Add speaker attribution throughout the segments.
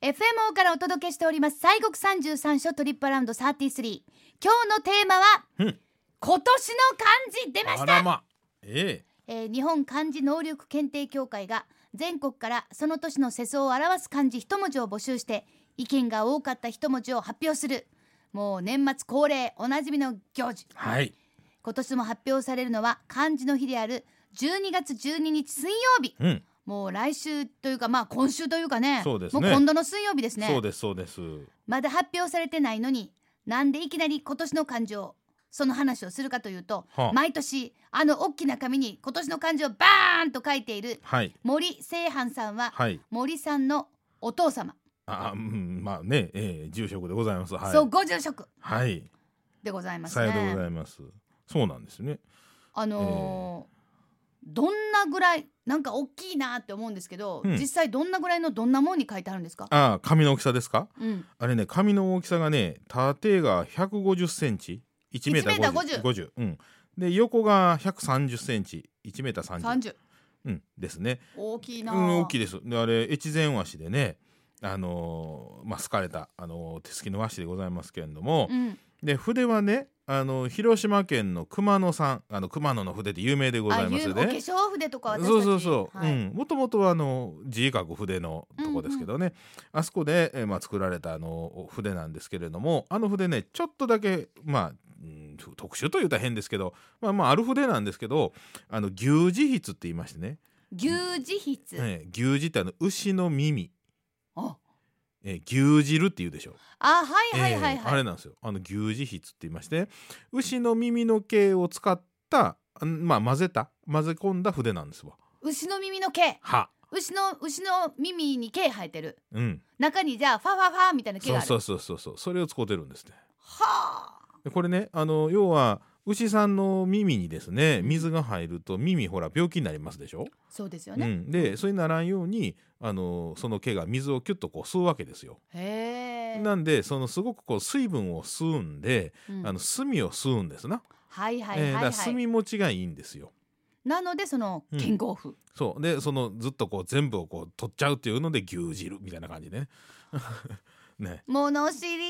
Speaker 1: FMO からお届けしております西国三十三所トリップアラウンド33今日のテーマは、
Speaker 2: うん
Speaker 1: 今年の漢字出まし
Speaker 2: あ
Speaker 1: た
Speaker 2: らまえ
Speaker 1: えー日本漢字能力検定協会が全国からその年の世相を表す漢字一文字を募集して意見が多かった一文字を発表するもう年末恒例おなじみの行事
Speaker 2: えはい
Speaker 1: 今年も発表されるのは漢字の日である12月12日水曜日
Speaker 2: うん
Speaker 1: もう来週というかまあ今週というかね
Speaker 2: そうですね
Speaker 1: もう今度の水曜日ですね
Speaker 2: そうですそうです
Speaker 1: まだ発表されてないのになんでいきなり今年の漢字をその話をするかというと、
Speaker 2: はあ
Speaker 1: 毎年あの大きな紙に今年の漢字をバーンと書いている
Speaker 2: はい
Speaker 1: 森清範さんは、
Speaker 2: はい
Speaker 1: 森さんのお父様、
Speaker 2: あうんまあねええ住職でございますはい
Speaker 1: そうご住職
Speaker 2: はい
Speaker 1: でございます
Speaker 2: さ
Speaker 1: ね。
Speaker 2: ようでございますそうなんですね
Speaker 1: あのーどんなぐらいなんか大きいなって思うんですけど、
Speaker 2: うん
Speaker 1: 実際どんなぐらいのどんなもんに書いてあるんですか。
Speaker 2: ああ紙の大きさですか
Speaker 1: うん、
Speaker 2: あれね紙の大きさがね縦が150センチ1メーター50 50うんで横が130センチ1メーター30
Speaker 1: 三十。
Speaker 2: うんですね
Speaker 1: 大きいな。
Speaker 2: うん大きい
Speaker 1: い。
Speaker 2: ですであれ越前和紙でねあのーまあ好かれたあのー手すきの和紙でございますけれども、
Speaker 1: うん、
Speaker 2: で筆はねあの広島県の熊野さんあの熊野の筆って有名でございます
Speaker 1: あ
Speaker 2: よ
Speaker 1: うお化
Speaker 2: ね。
Speaker 1: 粧筆とか私たち
Speaker 2: そうそうそう、
Speaker 1: はい
Speaker 2: うん、もともとはあの自家書筆のとこですけどね、あそこで、えーまあ、作られたあのお筆なんですけれどもあの筆ねちょっとだけまあうん特殊というと変ですけど、まあ、まあある筆なんですけどあの牛耳筆って言いましてね、
Speaker 1: 牛耳筆、
Speaker 2: えー牛耳ってあの牛の耳、
Speaker 1: あ
Speaker 2: えー牛汁っていうでしょ
Speaker 1: あはいはいはい
Speaker 2: ええあ
Speaker 1: は
Speaker 2: れ
Speaker 1: い、
Speaker 2: なんですよあの牛耳筆って言いまして牛の耳の毛を使ったあんまあ混ぜた混ぜ込んだ筆なんですわ
Speaker 1: 牛の耳の毛
Speaker 2: は
Speaker 1: 牛の牛の耳に毛生えてる
Speaker 2: うん
Speaker 1: 中にじゃあファファファみたいな毛
Speaker 2: そ
Speaker 1: があ
Speaker 2: う
Speaker 1: る
Speaker 2: そうそうそうそうそれを使ってるんですね
Speaker 1: はあ
Speaker 2: でこれねあの要は牛さんの耳にですね水が入ると耳ほら病気になりますでしょ、
Speaker 1: そうですよ
Speaker 2: う
Speaker 1: ね、
Speaker 2: ん、でそれにならんようにあのその毛が水をキュッとこう吸うわけですよ
Speaker 1: へえ、
Speaker 2: なんでそのすごくこう水分を吸うんで、
Speaker 1: うん
Speaker 2: あの墨を吸うんですな、
Speaker 1: はいはい
Speaker 2: えーだ
Speaker 1: は
Speaker 2: か
Speaker 1: いは
Speaker 2: ら
Speaker 1: い、
Speaker 2: 墨持ちがいいんですよ
Speaker 1: なのでその健康譜、
Speaker 2: そうでそのずっとこう全部をこう取っちゃうっていうので牛汁みたいな感じでね ね
Speaker 1: 物知り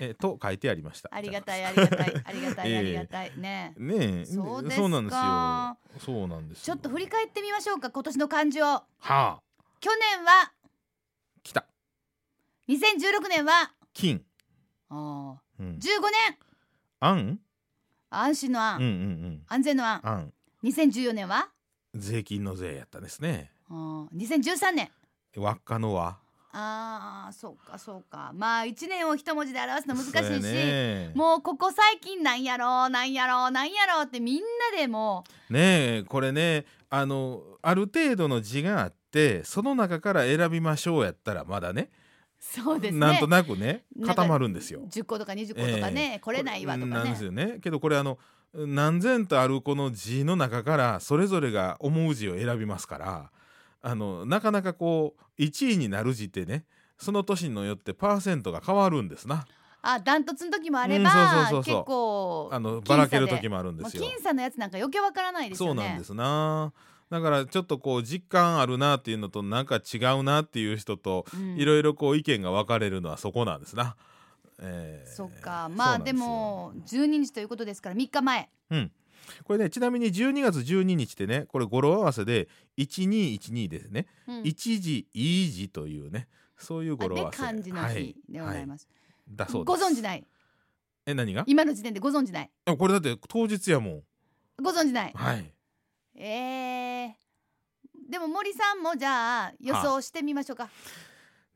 Speaker 2: えと書いてありました
Speaker 1: ありがた
Speaker 2: い
Speaker 1: いありがたいありがた
Speaker 2: え
Speaker 1: い
Speaker 2: え
Speaker 1: ありがたいね
Speaker 2: ねえ
Speaker 1: そうですか
Speaker 2: そうなんですよそうなんです
Speaker 1: ちょっと振り
Speaker 2: っ
Speaker 1: 返ってみましょうか今年の漢字を
Speaker 2: はあ
Speaker 1: 去年は
Speaker 2: 来た
Speaker 1: 2016年は
Speaker 2: 金、
Speaker 1: ああ
Speaker 2: うん
Speaker 1: 15、年
Speaker 2: あん
Speaker 1: 安心の
Speaker 2: う
Speaker 1: 安、
Speaker 2: んうんうん
Speaker 1: 安全の安
Speaker 2: あん
Speaker 1: 2014年は
Speaker 2: 税金の税やったですね
Speaker 1: あー2013年
Speaker 2: 輪っかの輪
Speaker 1: あーそうかそうかまあ一年を一文字で表すの難
Speaker 2: そう
Speaker 1: し
Speaker 2: や
Speaker 1: いし、
Speaker 2: ね
Speaker 1: もうここ最近なんやろうなんやろうなんやろうってみんなでも
Speaker 2: ねえこれねあのある程度の字があってその中から選びましょうやったらまだね
Speaker 1: うそうですね
Speaker 2: なんとなくね
Speaker 1: なんか
Speaker 2: 固まるんですよ
Speaker 1: 10個とか20個とかね、これないわとか
Speaker 2: なんで
Speaker 1: ね
Speaker 2: すよねけどこれあの何千とあるこの字の中からそれぞれが思う字を選びますからあのなかなかこう1位になる字ってねその年によってパーセントが変わるんですな
Speaker 1: あダントツの時もあれば、
Speaker 2: うんそうそうそうそう
Speaker 1: 結構
Speaker 2: あ
Speaker 1: 僅差
Speaker 2: の
Speaker 1: で
Speaker 2: ばらける時もあるんで
Speaker 1: まあ
Speaker 2: すよ。
Speaker 1: 僅差のやつなんか余計わからないです
Speaker 2: そ
Speaker 1: よ
Speaker 2: うなん
Speaker 1: ね
Speaker 2: ですなだからちょっとこう実感あるなっていうのとなんか違うなっていう人と
Speaker 1: うん
Speaker 2: いろいろこう意見が分かれるのはそこなんですな。えー
Speaker 1: そっかまあ
Speaker 2: そうなん
Speaker 1: です
Speaker 2: よ
Speaker 1: も12日ということですから3日前
Speaker 2: うん、これねちなみに12月12日ってねこれ語呂合わせで1212ですね、
Speaker 1: うん
Speaker 2: 一時いい時というねそういう
Speaker 1: あ
Speaker 2: 語呂合
Speaker 1: で
Speaker 2: わせ
Speaker 1: 漢字の日でござい
Speaker 2: は
Speaker 1: ます、
Speaker 2: いだそうで
Speaker 1: ご
Speaker 2: す
Speaker 1: 存知
Speaker 2: い
Speaker 1: ない
Speaker 2: え何が
Speaker 1: 今の時点でご存知ない
Speaker 2: あこれだって当日やもん
Speaker 1: ご存知ない
Speaker 2: はい
Speaker 1: えー、でも森さんもじゃあ予想してみましょうか、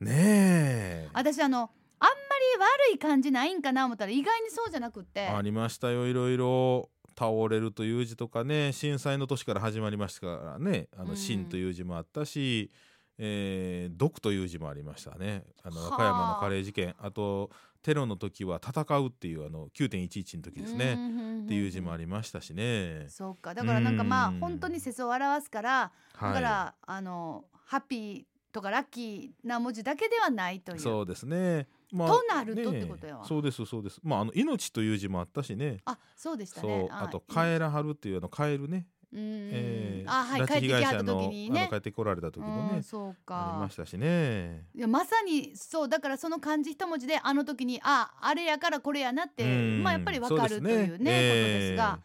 Speaker 2: ねえあ
Speaker 1: 私あのあんまり悪い感じないんかな思ったら意外にそうじゃなくって
Speaker 2: りましたよいろいろ倒れるという字とかね震災の年から始まりましたからねあ
Speaker 1: うん
Speaker 2: の新という字もあったし、えー毒という字もありましたねあの
Speaker 1: はあ
Speaker 2: 和歌山のカレー事件あとテロの時は戦うっていうあの9.11の時ですね、っていう字もあ
Speaker 1: り
Speaker 2: りましたしね。
Speaker 1: そうかだからなんかまあ
Speaker 2: うん
Speaker 1: 本当に世相を表すからだから、
Speaker 2: は
Speaker 1: あのハッピーとかラッキーな文字だけではないとい
Speaker 2: い、
Speaker 1: う
Speaker 2: そうですね。ま
Speaker 1: となるとってことやわ
Speaker 2: ねえそうですそうです。まああの命という字もあったしね。
Speaker 1: あそうでした
Speaker 2: そ
Speaker 1: ね
Speaker 2: うあとカエラハルっていうあのカエルね、
Speaker 1: うんうん
Speaker 2: えー
Speaker 1: あはい
Speaker 2: 拉
Speaker 1: 帰
Speaker 2: 致
Speaker 1: って
Speaker 2: 被
Speaker 1: き
Speaker 2: 害
Speaker 1: はっ
Speaker 2: 者
Speaker 1: た
Speaker 2: の
Speaker 1: 時に
Speaker 2: あ
Speaker 1: ね
Speaker 2: の帰ってこられた時の
Speaker 1: う
Speaker 2: ね
Speaker 1: ん、そう
Speaker 2: あり
Speaker 1: か
Speaker 2: ましたしね。
Speaker 1: いやまさにそうだからその漢字一文字であの時にああれやからこれやなって
Speaker 2: うん
Speaker 1: まあやっぱりわ
Speaker 2: そ
Speaker 1: か
Speaker 2: で
Speaker 1: る
Speaker 2: す
Speaker 1: というねことですが
Speaker 2: え、え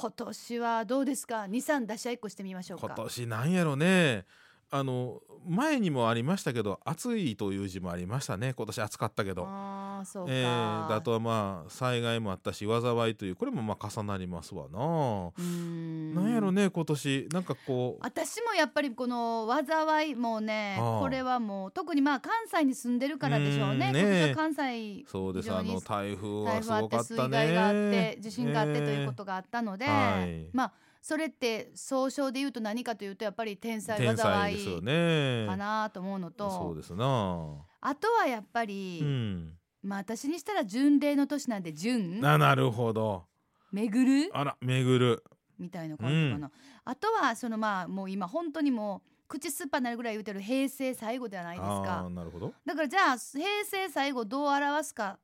Speaker 1: 今年はどうですか23出し合いっこしてみましょう
Speaker 2: 今
Speaker 1: か。
Speaker 2: 年なんやろねあの前にもありましたけど暑いという字もありましたね今年暑かったけど。
Speaker 1: あーそうか、
Speaker 2: ええであとはまあ災害もあったし災いというこれもまあ重なりますわな。
Speaker 1: うーん
Speaker 2: なんやろね今年なんかこう
Speaker 1: 私もやっぱりこの災いもうね、
Speaker 2: はあ
Speaker 1: これはもう特にまあ関西に住んでるからでしょうね
Speaker 2: うん
Speaker 1: 今
Speaker 2: ね
Speaker 1: 年は関西
Speaker 2: そうです
Speaker 1: 非常
Speaker 2: あ
Speaker 1: に
Speaker 2: の台風
Speaker 1: 台
Speaker 2: はす
Speaker 1: 風あ
Speaker 2: ご
Speaker 1: っ
Speaker 2: か
Speaker 1: て
Speaker 2: った
Speaker 1: 水
Speaker 2: ね。
Speaker 1: 害があって地震があってというこ
Speaker 2: ね
Speaker 1: とがあったので、
Speaker 2: はい
Speaker 1: まあそれって総称で言うと何かというとやっぱり天才
Speaker 2: 天才
Speaker 1: 災
Speaker 2: ですよ
Speaker 1: い
Speaker 2: ね。
Speaker 1: かなと思うの
Speaker 2: そう
Speaker 1: と
Speaker 2: ですな。
Speaker 1: あとはやっぱり、
Speaker 2: うん。
Speaker 1: まあ私にしたら巡礼の年なんで巡
Speaker 2: ななるほど。
Speaker 1: 巡る
Speaker 2: あら巡る。
Speaker 1: みたいな感じかな、あとはそのまあもう今本当にもう口酸っぱになるぐらい言うてる平成最後ではないです
Speaker 2: ああ
Speaker 1: か
Speaker 2: なるほど。
Speaker 1: だからじゃあ平成最後どう表すか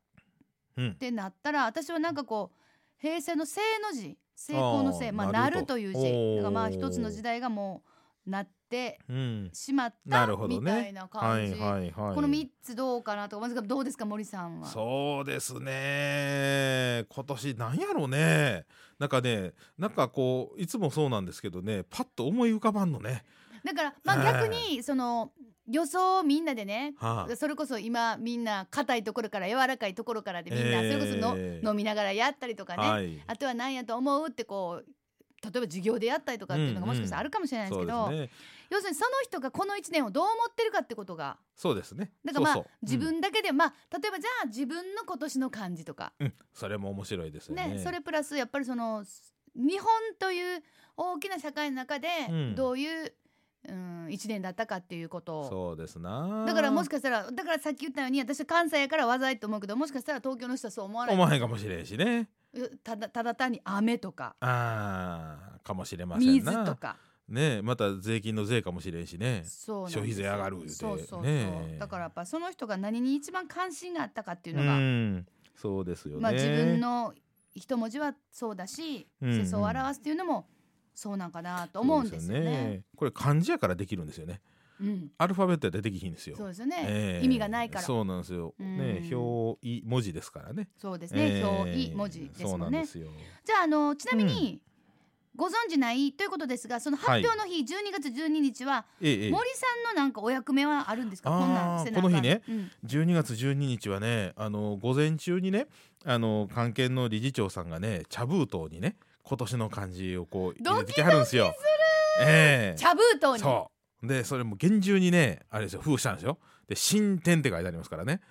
Speaker 2: うん
Speaker 1: っ。てなったら私はなんかこう平成の正の字成功の
Speaker 2: あ
Speaker 1: 正
Speaker 2: ー
Speaker 1: まあ
Speaker 2: な
Speaker 1: な
Speaker 2: るほ
Speaker 1: る
Speaker 2: ど
Speaker 1: という
Speaker 2: おー
Speaker 1: 字だからまあ一つの時代がもうなって
Speaker 2: うん。
Speaker 1: しまっ
Speaker 2: な
Speaker 1: た
Speaker 2: るほど
Speaker 1: み
Speaker 2: ね。
Speaker 1: たいな感じ、
Speaker 2: はいはいはい。
Speaker 1: この三つどうかなとかまずどうですか森さんは
Speaker 2: そうですね今年なんやろうねなんかねなんかこういつもそうなんですけどねパッと思い浮かばんのね、
Speaker 1: だからまあ逆にその予想をみんなでね
Speaker 2: はあ、
Speaker 1: それこそ今みんな硬いところから柔らかいところからでみんなそれこその、
Speaker 2: えー
Speaker 1: 飲みながらやったりとかね、
Speaker 2: はい
Speaker 1: あとは何やと思うってこう例えば授業でやったりとかっていうのがもしかしたらあるかもしれないです
Speaker 2: そう
Speaker 1: け
Speaker 2: で
Speaker 1: ど、
Speaker 2: すね
Speaker 1: 要するにその人がこの1年をどう思ってるかってことが
Speaker 2: そうですね
Speaker 1: だからまあ
Speaker 2: そうそう
Speaker 1: 自
Speaker 2: うん
Speaker 1: 分だけで、まあ例えばじゃあ自分の今年の感じとか、
Speaker 2: うんそれも面白いですよね
Speaker 1: ねそれプラスやっぱりその日本という大きな社会の中で
Speaker 2: うん
Speaker 1: どういう、うん1年だったかっていうことを。
Speaker 2: そうですな
Speaker 1: だからもし
Speaker 2: か
Speaker 1: かしたらだからさっき言ったように私は関西やからわざいと思うけどもしかしたら東京の人はそう思わない
Speaker 2: 思わへんかもしれんしね
Speaker 1: ただただ単に雨とか
Speaker 2: あーかもしれません
Speaker 1: 水
Speaker 2: な
Speaker 1: とか
Speaker 2: ねまた税金の税かもしれんしね
Speaker 1: そうなんです
Speaker 2: 消費税上がる言うて
Speaker 1: そうそうそう、
Speaker 2: ねえ
Speaker 1: だからやっぱその人が何に一番関心があったかっていう
Speaker 2: う
Speaker 1: のが、
Speaker 2: んそうですよね、
Speaker 1: まあ、自分の一文字はそうだし、
Speaker 2: うんうん
Speaker 1: 世相を表すっていうのもそうなんかなと思うんですよ
Speaker 2: そう
Speaker 1: ね。
Speaker 2: これ漢字やからできるんですよね
Speaker 1: うん、
Speaker 2: アルファベットでできひんですよ
Speaker 1: そうですよね、
Speaker 2: ええ
Speaker 1: 意味がないからそう
Speaker 2: そうなんですよ、ね
Speaker 1: うん
Speaker 2: 表意文字ですからね
Speaker 1: ですね、
Speaker 2: ええ
Speaker 1: 表意文字です
Speaker 2: そう
Speaker 1: も
Speaker 2: なん
Speaker 1: ん
Speaker 2: で
Speaker 1: ね。
Speaker 2: すよ
Speaker 1: じゃああのちなみに、ご存知ないということですがその発表の日、12月12日は
Speaker 2: ええええ
Speaker 1: 森さんのなんかお役目はあるんですか、こんなんせなあかん
Speaker 2: あーこの日ね、
Speaker 1: うん
Speaker 2: 12月12日はねあの午前中にねあの関係の理事長さんがね茶封筒にね今年の漢字をこう入れてきはるんですよええ
Speaker 1: 茶封筒に
Speaker 2: そうでそれも厳重にねあれですよ封したんですよで新天って書いてありますからね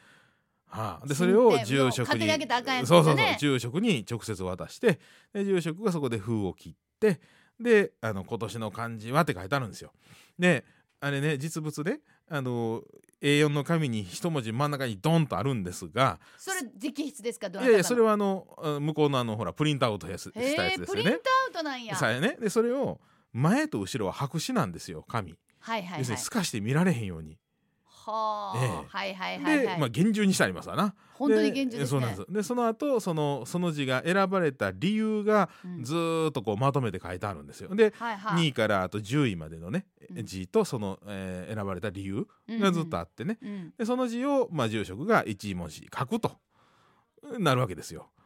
Speaker 2: はあ、でそれを
Speaker 1: 新天
Speaker 2: 住職
Speaker 1: 勝手
Speaker 2: に
Speaker 1: に開けたらあかんやつです
Speaker 2: そう
Speaker 1: よ
Speaker 2: そうそう
Speaker 1: ね
Speaker 2: 住職に直接渡してで住職がそこで封を切ってであの今年の漢字はって書いてあるんですよであれね実物ねあの A4 の紙に一文字真ん中にドンとあるんですが
Speaker 1: それ直筆ですかど
Speaker 2: い
Speaker 1: なたかの
Speaker 2: やいやそれはあのあ向こうのあのほらプリントアウトやつしたや
Speaker 1: へ
Speaker 2: つ
Speaker 1: え
Speaker 2: で
Speaker 1: プ
Speaker 2: す
Speaker 1: リ
Speaker 2: よ
Speaker 1: ント
Speaker 2: ね。
Speaker 1: アウトなんや
Speaker 2: さ
Speaker 1: はい
Speaker 2: あねでそれを前と後ろは白紙なんですよ紙。
Speaker 1: はいはい
Speaker 2: 要するに透かして見られへんように、
Speaker 1: はあ、
Speaker 2: ええ
Speaker 1: はいはいはいは
Speaker 2: で、
Speaker 1: い、
Speaker 2: まあ、厳重にしてありますわな
Speaker 1: 本当に現実ですね
Speaker 2: そうなんですでその後そのその字が選ばれた理由が
Speaker 1: うん
Speaker 2: ずーっとこうまとめて書いてあるんですよで
Speaker 1: はいはい
Speaker 2: 2位からあと10位までのね
Speaker 1: うん
Speaker 2: 字とその、えー選ばれた理由
Speaker 1: うん
Speaker 2: がずっとあってね、
Speaker 1: うん
Speaker 2: でその字を、まあ、住職が一文字書くとなるわけですよ。
Speaker 1: うん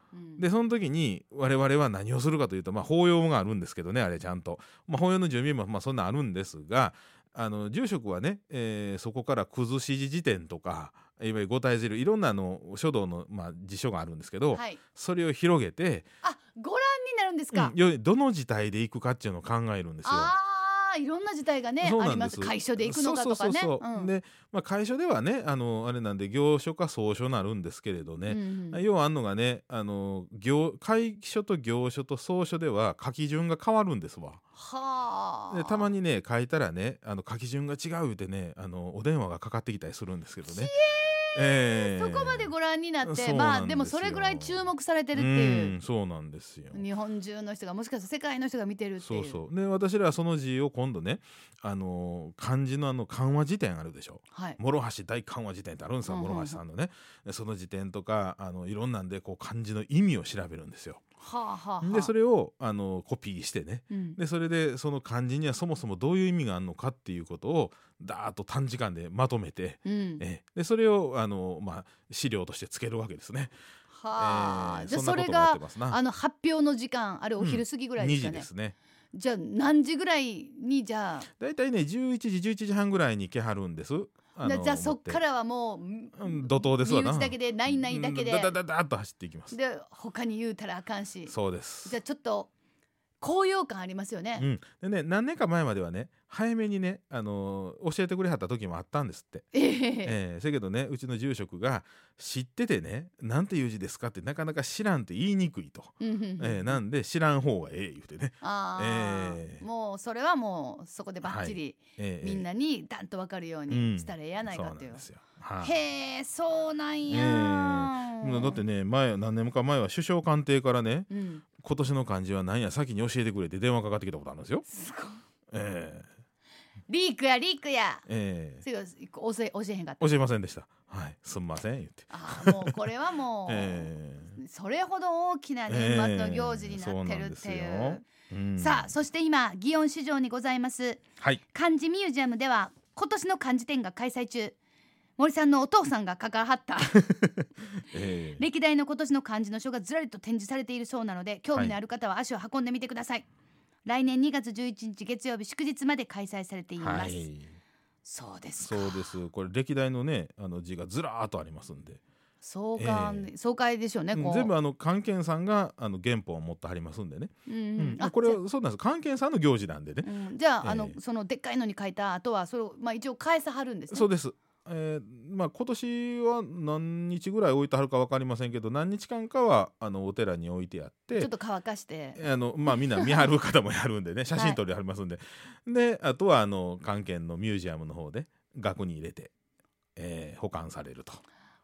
Speaker 2: でその時に我々は何をするかというと、まあ、法要があるんですけどねあれちゃんと、まあ、法要の準備も、まあ、そんなんあるんですがあの住職はね、えーそこから崩し字辞典とかいわゆる五体汁いろんなあの書道の、まあ、辞書があるんですけど、
Speaker 1: はい、
Speaker 2: それを広げて、
Speaker 1: あご覧になるんです
Speaker 2: う
Speaker 1: か
Speaker 2: ん、よどの字体でいくかっていうのを考えるんですよ。
Speaker 1: ああいろんな事態がね
Speaker 2: そう
Speaker 1: あ
Speaker 2: な
Speaker 1: り
Speaker 2: んで
Speaker 1: ますす会所で行くのかとかね
Speaker 2: そうそうそうそうで、まあ、会所ではねあのあれなんで行書か草書なるんですけれどね、
Speaker 1: うんうん
Speaker 2: 要はあんのがねあの行会書と行書と草書では書き順が変わるんですわ
Speaker 1: はあ
Speaker 2: でたまにね書いたらねあの書き順が違うってねあのお電話がかかってきたりするんですけどねえ
Speaker 1: そこまでご覧になって
Speaker 2: そうなんですよ
Speaker 1: まあでもそれぐらい注目されてるってい
Speaker 2: ん
Speaker 1: う
Speaker 2: そうなんですよ
Speaker 1: 日本中の人がもしかしたら世界の人が見てるってい
Speaker 2: そううそうで私らはその字を今度ねあの漢字のあの漢和辞典あるでしょ
Speaker 1: はい
Speaker 2: 諸橋大漢和辞典ってあるんですよ
Speaker 1: うんうんうん
Speaker 2: 諸橋さんのねでその辞典とかあのいろんなんでこう漢字の意味を調べるんですよ
Speaker 1: はあはあはあ、
Speaker 2: でそれをあのコピーしてね
Speaker 1: うん
Speaker 2: でそれでその漢字にはそもそもどういう意味があるのかっていうことをダーッと短時間でまとめて、
Speaker 1: うん、
Speaker 2: えでそれをあの、まあ、資料としてつけるわけですね。
Speaker 1: はあ、
Speaker 2: えー
Speaker 1: じゃあ
Speaker 2: ん
Speaker 1: そ
Speaker 2: なこ
Speaker 1: れ
Speaker 2: とやっ
Speaker 1: が
Speaker 2: てますな
Speaker 1: あの発表の時間あれお昼過ぎぐらいで
Speaker 2: 2
Speaker 1: すか
Speaker 2: 時
Speaker 1: ね
Speaker 2: で、すね
Speaker 1: じゃあ何時ぐらいにじゃ
Speaker 2: 大体ね11時11時半ぐらいに来はるんです
Speaker 1: あじゃあじゃあそっかららはもう、
Speaker 2: うん怒涛ですわな
Speaker 1: 身内だけでないないだけで、
Speaker 2: ダダダダッと走っていきます
Speaker 1: で他に言うたらあかんし
Speaker 2: そうです
Speaker 1: じゃあちょっと高揚感ありますよね、
Speaker 2: うん、でね何年か前まではね早めにね、あのー教えてくれはった時もあったんですって、
Speaker 1: ええ
Speaker 2: えーせやけどねうちの住職が知っててね「なんていう字ですか?」ってなかなか知らんって言いにくいと、
Speaker 1: うんうんうん
Speaker 2: えーなんで知らん方がええ言うてね、
Speaker 1: あー
Speaker 2: ええ
Speaker 1: もうそれはもうそこでバッチリ、
Speaker 2: えー
Speaker 1: みんなにダンと分かるよう
Speaker 2: う
Speaker 1: に
Speaker 2: ん
Speaker 1: したらええやない
Speaker 2: そう
Speaker 1: か
Speaker 2: な
Speaker 1: っ
Speaker 2: ん
Speaker 1: ていう,、
Speaker 2: ですよ、はい
Speaker 1: へえそうなんや、
Speaker 2: うんだってね前何年か前は首相官邸からね
Speaker 1: うん、
Speaker 2: 今年の漢字は何や先に教えてくれって電話かかってきたことあるんですよ。
Speaker 1: すごい
Speaker 2: えー
Speaker 1: リークやリークや
Speaker 2: え
Speaker 1: それ教え教えへんかっ
Speaker 2: ー
Speaker 1: た
Speaker 2: 教えませんでした。はい、すんません言って。
Speaker 1: あーもうこれはもう、
Speaker 2: え
Speaker 1: それほど大きな年末の行事になってるっていう,、
Speaker 2: ええそうなんーうん
Speaker 1: さあそして今祇園市場にございます
Speaker 2: はい、
Speaker 1: 漢字ミュージアムでは今年の漢字展が開催中森さんのお父さんが関わ った
Speaker 2: えー
Speaker 1: 歴代の今年の漢字の書がずらりと展示されているそうなので興味のある方は足を運んでみてください、来年2月11日月曜日祝日まで開催されています、
Speaker 2: はい、
Speaker 1: そうですか
Speaker 2: そうです。これ歴代のね、あの字がずらーっとありますんで、
Speaker 1: 総会、
Speaker 2: え
Speaker 1: 総会でしょうね
Speaker 2: うん
Speaker 1: こう、
Speaker 2: 全部あの関係さんがあの原本を持ってはりますんでね。
Speaker 1: うん
Speaker 2: うん、
Speaker 1: あ
Speaker 2: これはそうなんです。関係さんの行事なんでね。
Speaker 1: うんじゃあ,、
Speaker 2: ええ
Speaker 1: あのそのでっかいのに書いた後はそれをまあ一応返さはるんですね
Speaker 2: そうです。えーまあ、今年は何日ぐらい置いてはるか分かりませんけど何日間かはあのお寺に置いてあって
Speaker 1: ちょっと乾かして
Speaker 2: あのまあみんな見張る方もやる んでね写真撮りはりますんで、であとはあの関係のミュージアムの方で額に入れて、えー保管されると、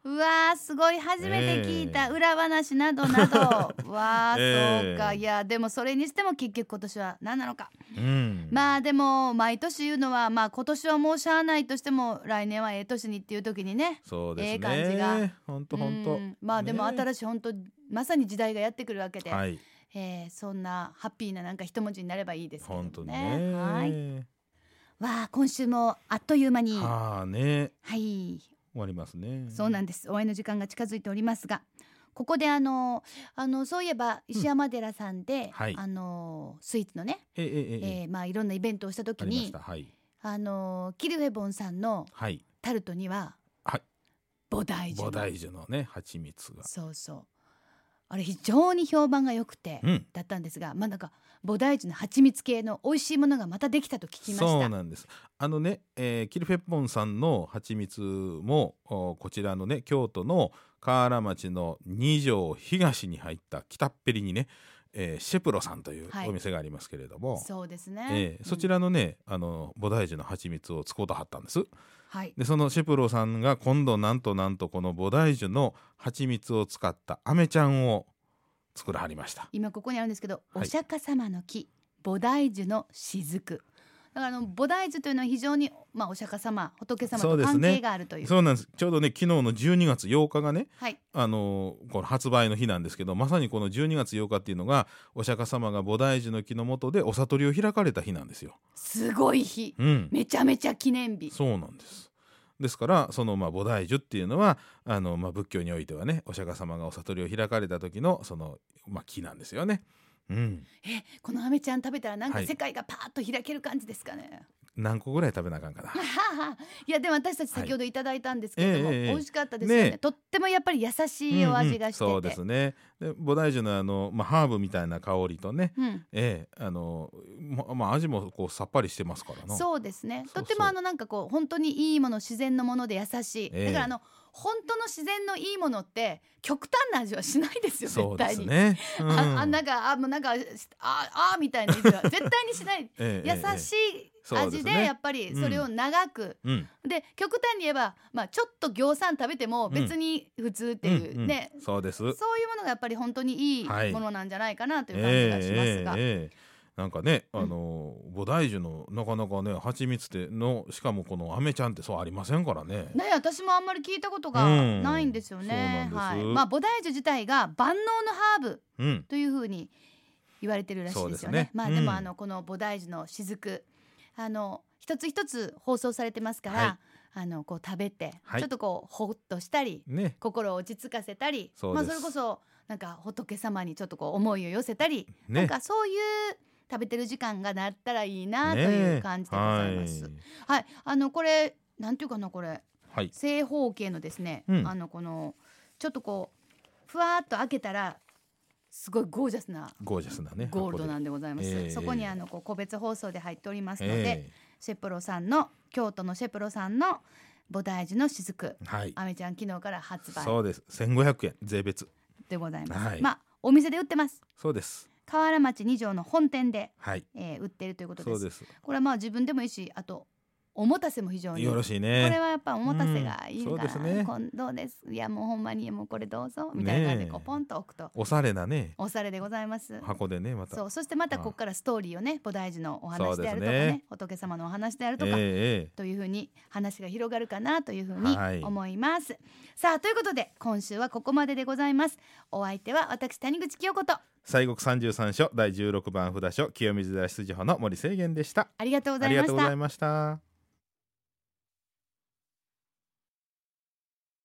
Speaker 1: うわーすごい初めて聞いた
Speaker 2: ええ
Speaker 1: 裏話などな どわあ、
Speaker 2: え
Speaker 1: そ
Speaker 2: え
Speaker 1: うかいやでもそれにしても結局今年は何なのか
Speaker 2: うん
Speaker 1: まあでも毎年言うのはまあ今年はもうしゃあないとしても来年はええ年にっていう時にね
Speaker 2: そうですね
Speaker 1: ええ感じが
Speaker 2: ほんとほんと
Speaker 1: うんまあでも
Speaker 2: ね
Speaker 1: 新しい本当まさに時代がやってくるわけで、
Speaker 2: はい
Speaker 1: えーそんなハッピーななんか一文字になればいいですけど
Speaker 2: 本
Speaker 1: ね
Speaker 2: 当にね
Speaker 1: はいわあ今週もあっという間には
Speaker 2: はあね
Speaker 1: い
Speaker 2: 終わりますね
Speaker 1: そうなんんです。お会いの時間が近づいておりますが、ここであのあのそういえば石山寺さんで、
Speaker 2: はい
Speaker 1: あのスイーツのね、
Speaker 2: ええええ
Speaker 1: え
Speaker 2: ええ
Speaker 1: ーまあいろんなイベントをした時
Speaker 2: ありまし
Speaker 1: に
Speaker 2: た、はい
Speaker 1: あのキルフェボンさんの
Speaker 2: はい
Speaker 1: タルトには、
Speaker 2: はい
Speaker 1: 菩提
Speaker 2: 菩
Speaker 1: 樹の
Speaker 2: 提樹のね蜂蜜が
Speaker 1: そうそうあれ非常に評判が良くて、
Speaker 2: うん
Speaker 1: だったんですが、まあなんか菩提樹の蜂蜜系の美味しいものがまたできたと聞きまし
Speaker 2: そう
Speaker 1: た。
Speaker 2: なんですあのね、えーキルフェッポンさんの蜂蜜もおこちらのね京都の河原町の二条東に入った北っぺりにね、えーシェプロさんという
Speaker 1: はい
Speaker 2: お店がありますけれども、
Speaker 1: そうですね。
Speaker 2: えーそち
Speaker 1: ら、
Speaker 2: らのね、あの菩提樹の蜂蜜を使うとはったんです
Speaker 1: はい。
Speaker 2: でそのシェプロさんが今度なんとなんとこの菩提樹の蜂蜜を使ったアメちゃんを作らはりました
Speaker 1: 今ここにあるんですけど、
Speaker 2: は
Speaker 1: お
Speaker 2: い
Speaker 1: 釈迦様の木菩提樹の雫だからあの菩提樹というのは非常に、まあ、お釈迦様仏様
Speaker 2: そ
Speaker 1: と
Speaker 2: うです
Speaker 1: 関
Speaker 2: ね
Speaker 1: 係があるという
Speaker 2: そうなんですちょうどね昨日の12月8日がね
Speaker 1: はい
Speaker 2: あのこの発売の日なんですけどまさにこの12月8日っていうのがお釈迦様が菩提樹の木の下でお悟りを開かれた日なんですよ。
Speaker 1: すごい日
Speaker 2: うん、
Speaker 1: めちゃめちゃ記念日
Speaker 2: そうなんですですからそのまあ菩提樹っていうのはあの、まあ、仏教においてはねお釈迦様がお悟りを開かれた時のその、まあ、木なんですよね。うん、
Speaker 1: えこのアメちゃん食べたらなんか
Speaker 2: はい
Speaker 1: 世界がパーッと開ける感じですかね、
Speaker 2: 何個ぐらい食べなあかんかな。
Speaker 1: い、やでも私たち先ほどいただいたんですけれども、
Speaker 2: はいええええ
Speaker 1: 美味しかったですよね
Speaker 2: ね
Speaker 1: とってもやっぱり優しいお味がしてて、
Speaker 2: うんうんそうですね。で菩提樹のあの、まあ、ハーブみたいな香りとね、
Speaker 1: うん
Speaker 2: ええあのままあ、味もこうさっぱりしてますからな。
Speaker 1: そうですね
Speaker 2: そうそう
Speaker 1: とってもあのなんかこう本当にいいもの自然のもので優しい、
Speaker 2: ええ
Speaker 1: だからあの本当の自然のいいものって極端な味はしないですよ絶
Speaker 2: そうで
Speaker 1: 対
Speaker 2: す
Speaker 1: に、
Speaker 2: ね。うん
Speaker 1: ああなんかあもうなんかああみたいな味 は絶対にしない
Speaker 2: ええ
Speaker 1: 優
Speaker 2: ええ
Speaker 1: しい
Speaker 2: そうで
Speaker 1: 味
Speaker 2: す
Speaker 1: で
Speaker 2: ね
Speaker 1: やっぱりそれを長く、
Speaker 2: うん、
Speaker 1: で極端に言えば、まあ、ちょっと餃子食べても別に普通っていう
Speaker 2: うんうん
Speaker 1: ね、
Speaker 2: そうです。
Speaker 1: そういうものがやっぱり本当にいい
Speaker 2: はい
Speaker 1: ものなんじゃないかなという感じがしますが、
Speaker 2: ええええええなんかね、あの菩提樹のなかなかね蜂蜜ってのしかもこのアメちゃんってそうありませんからね。
Speaker 1: ね、私もあんまり聞いたことが
Speaker 2: うん
Speaker 1: ないんですよね。
Speaker 2: そうな
Speaker 1: は
Speaker 2: ん
Speaker 1: い、
Speaker 2: です
Speaker 1: まあ、菩提樹自体が万能のハーブ
Speaker 2: うん、
Speaker 1: というふうに言われてるらしいですよ
Speaker 2: そう
Speaker 1: ね。
Speaker 2: ですね
Speaker 1: まあ、でも、
Speaker 2: うん
Speaker 1: あの、この菩提樹の雫、あの、一つ一つ放送されてますから。
Speaker 2: はい
Speaker 1: あの、こう食べて、
Speaker 2: はい
Speaker 1: ちょっとこう、ほっとしたり、
Speaker 2: ね
Speaker 1: 心を落ち着かせたり。
Speaker 2: そう
Speaker 1: まあ、
Speaker 2: で
Speaker 1: そ
Speaker 2: す
Speaker 1: れこそ、なんか仏様にちょっとこう思いを寄せたり、
Speaker 2: ね
Speaker 1: なんかそういう。食べてる時間がなったらいいなという感じでございます。
Speaker 2: ね
Speaker 1: はい、あのこれなんていうかなこれ
Speaker 2: はい、はい
Speaker 1: 正方形のですね、
Speaker 2: うん
Speaker 1: あのこのちょっとこうふわーっと開けたらすごいゴージャスな
Speaker 2: ゴージャスなね
Speaker 1: ゴールド
Speaker 2: ん
Speaker 1: なんでございます。
Speaker 2: ええ
Speaker 1: そこにあのこう個別包装で入っておりますので、
Speaker 2: え
Speaker 1: シェプロさんの京都のシェプロさんの菩提樹の雫
Speaker 2: えはい
Speaker 1: あめちゃん昨日から発
Speaker 2: そ
Speaker 1: 売
Speaker 2: うです1500円税別
Speaker 1: でございます。
Speaker 2: はい
Speaker 1: まあお店で売ってます。
Speaker 2: そうです
Speaker 1: 河原町二条の本店で、
Speaker 2: はい
Speaker 1: えー売ってるということで
Speaker 2: そ
Speaker 1: す。
Speaker 2: うです
Speaker 1: これはまあ自分でもいいし、あとおもたせも非常に
Speaker 2: よろしい
Speaker 1: これ
Speaker 2: ね
Speaker 1: はやっぱおもたせがいい
Speaker 2: うん
Speaker 1: か
Speaker 2: そうで
Speaker 1: ら、
Speaker 2: すね
Speaker 1: 今度ですいやもうほんまにもうこれどうぞみたいな感じで
Speaker 2: ねえ
Speaker 1: こうポンと置くと
Speaker 2: おしゃれなね
Speaker 1: おされでございます。
Speaker 2: 箱でねまた
Speaker 1: そうそしてまたここからストーリーをね菩提樹のお話であるとか
Speaker 2: そ
Speaker 1: ね
Speaker 2: うですね
Speaker 1: 仏様のお話であると
Speaker 2: え
Speaker 1: か、
Speaker 2: ええ
Speaker 1: というふうに話が広がるかなというふうに
Speaker 2: はい
Speaker 1: 思います。さあということで今週はここまででございます。お相手は私谷口清子と
Speaker 2: え西国三十三所第十六番札所清水寺出自法の森清源でした
Speaker 1: ありがとうござ
Speaker 2: あ
Speaker 1: い
Speaker 2: り
Speaker 1: まし
Speaker 2: がとうござ
Speaker 1: た
Speaker 2: い。ました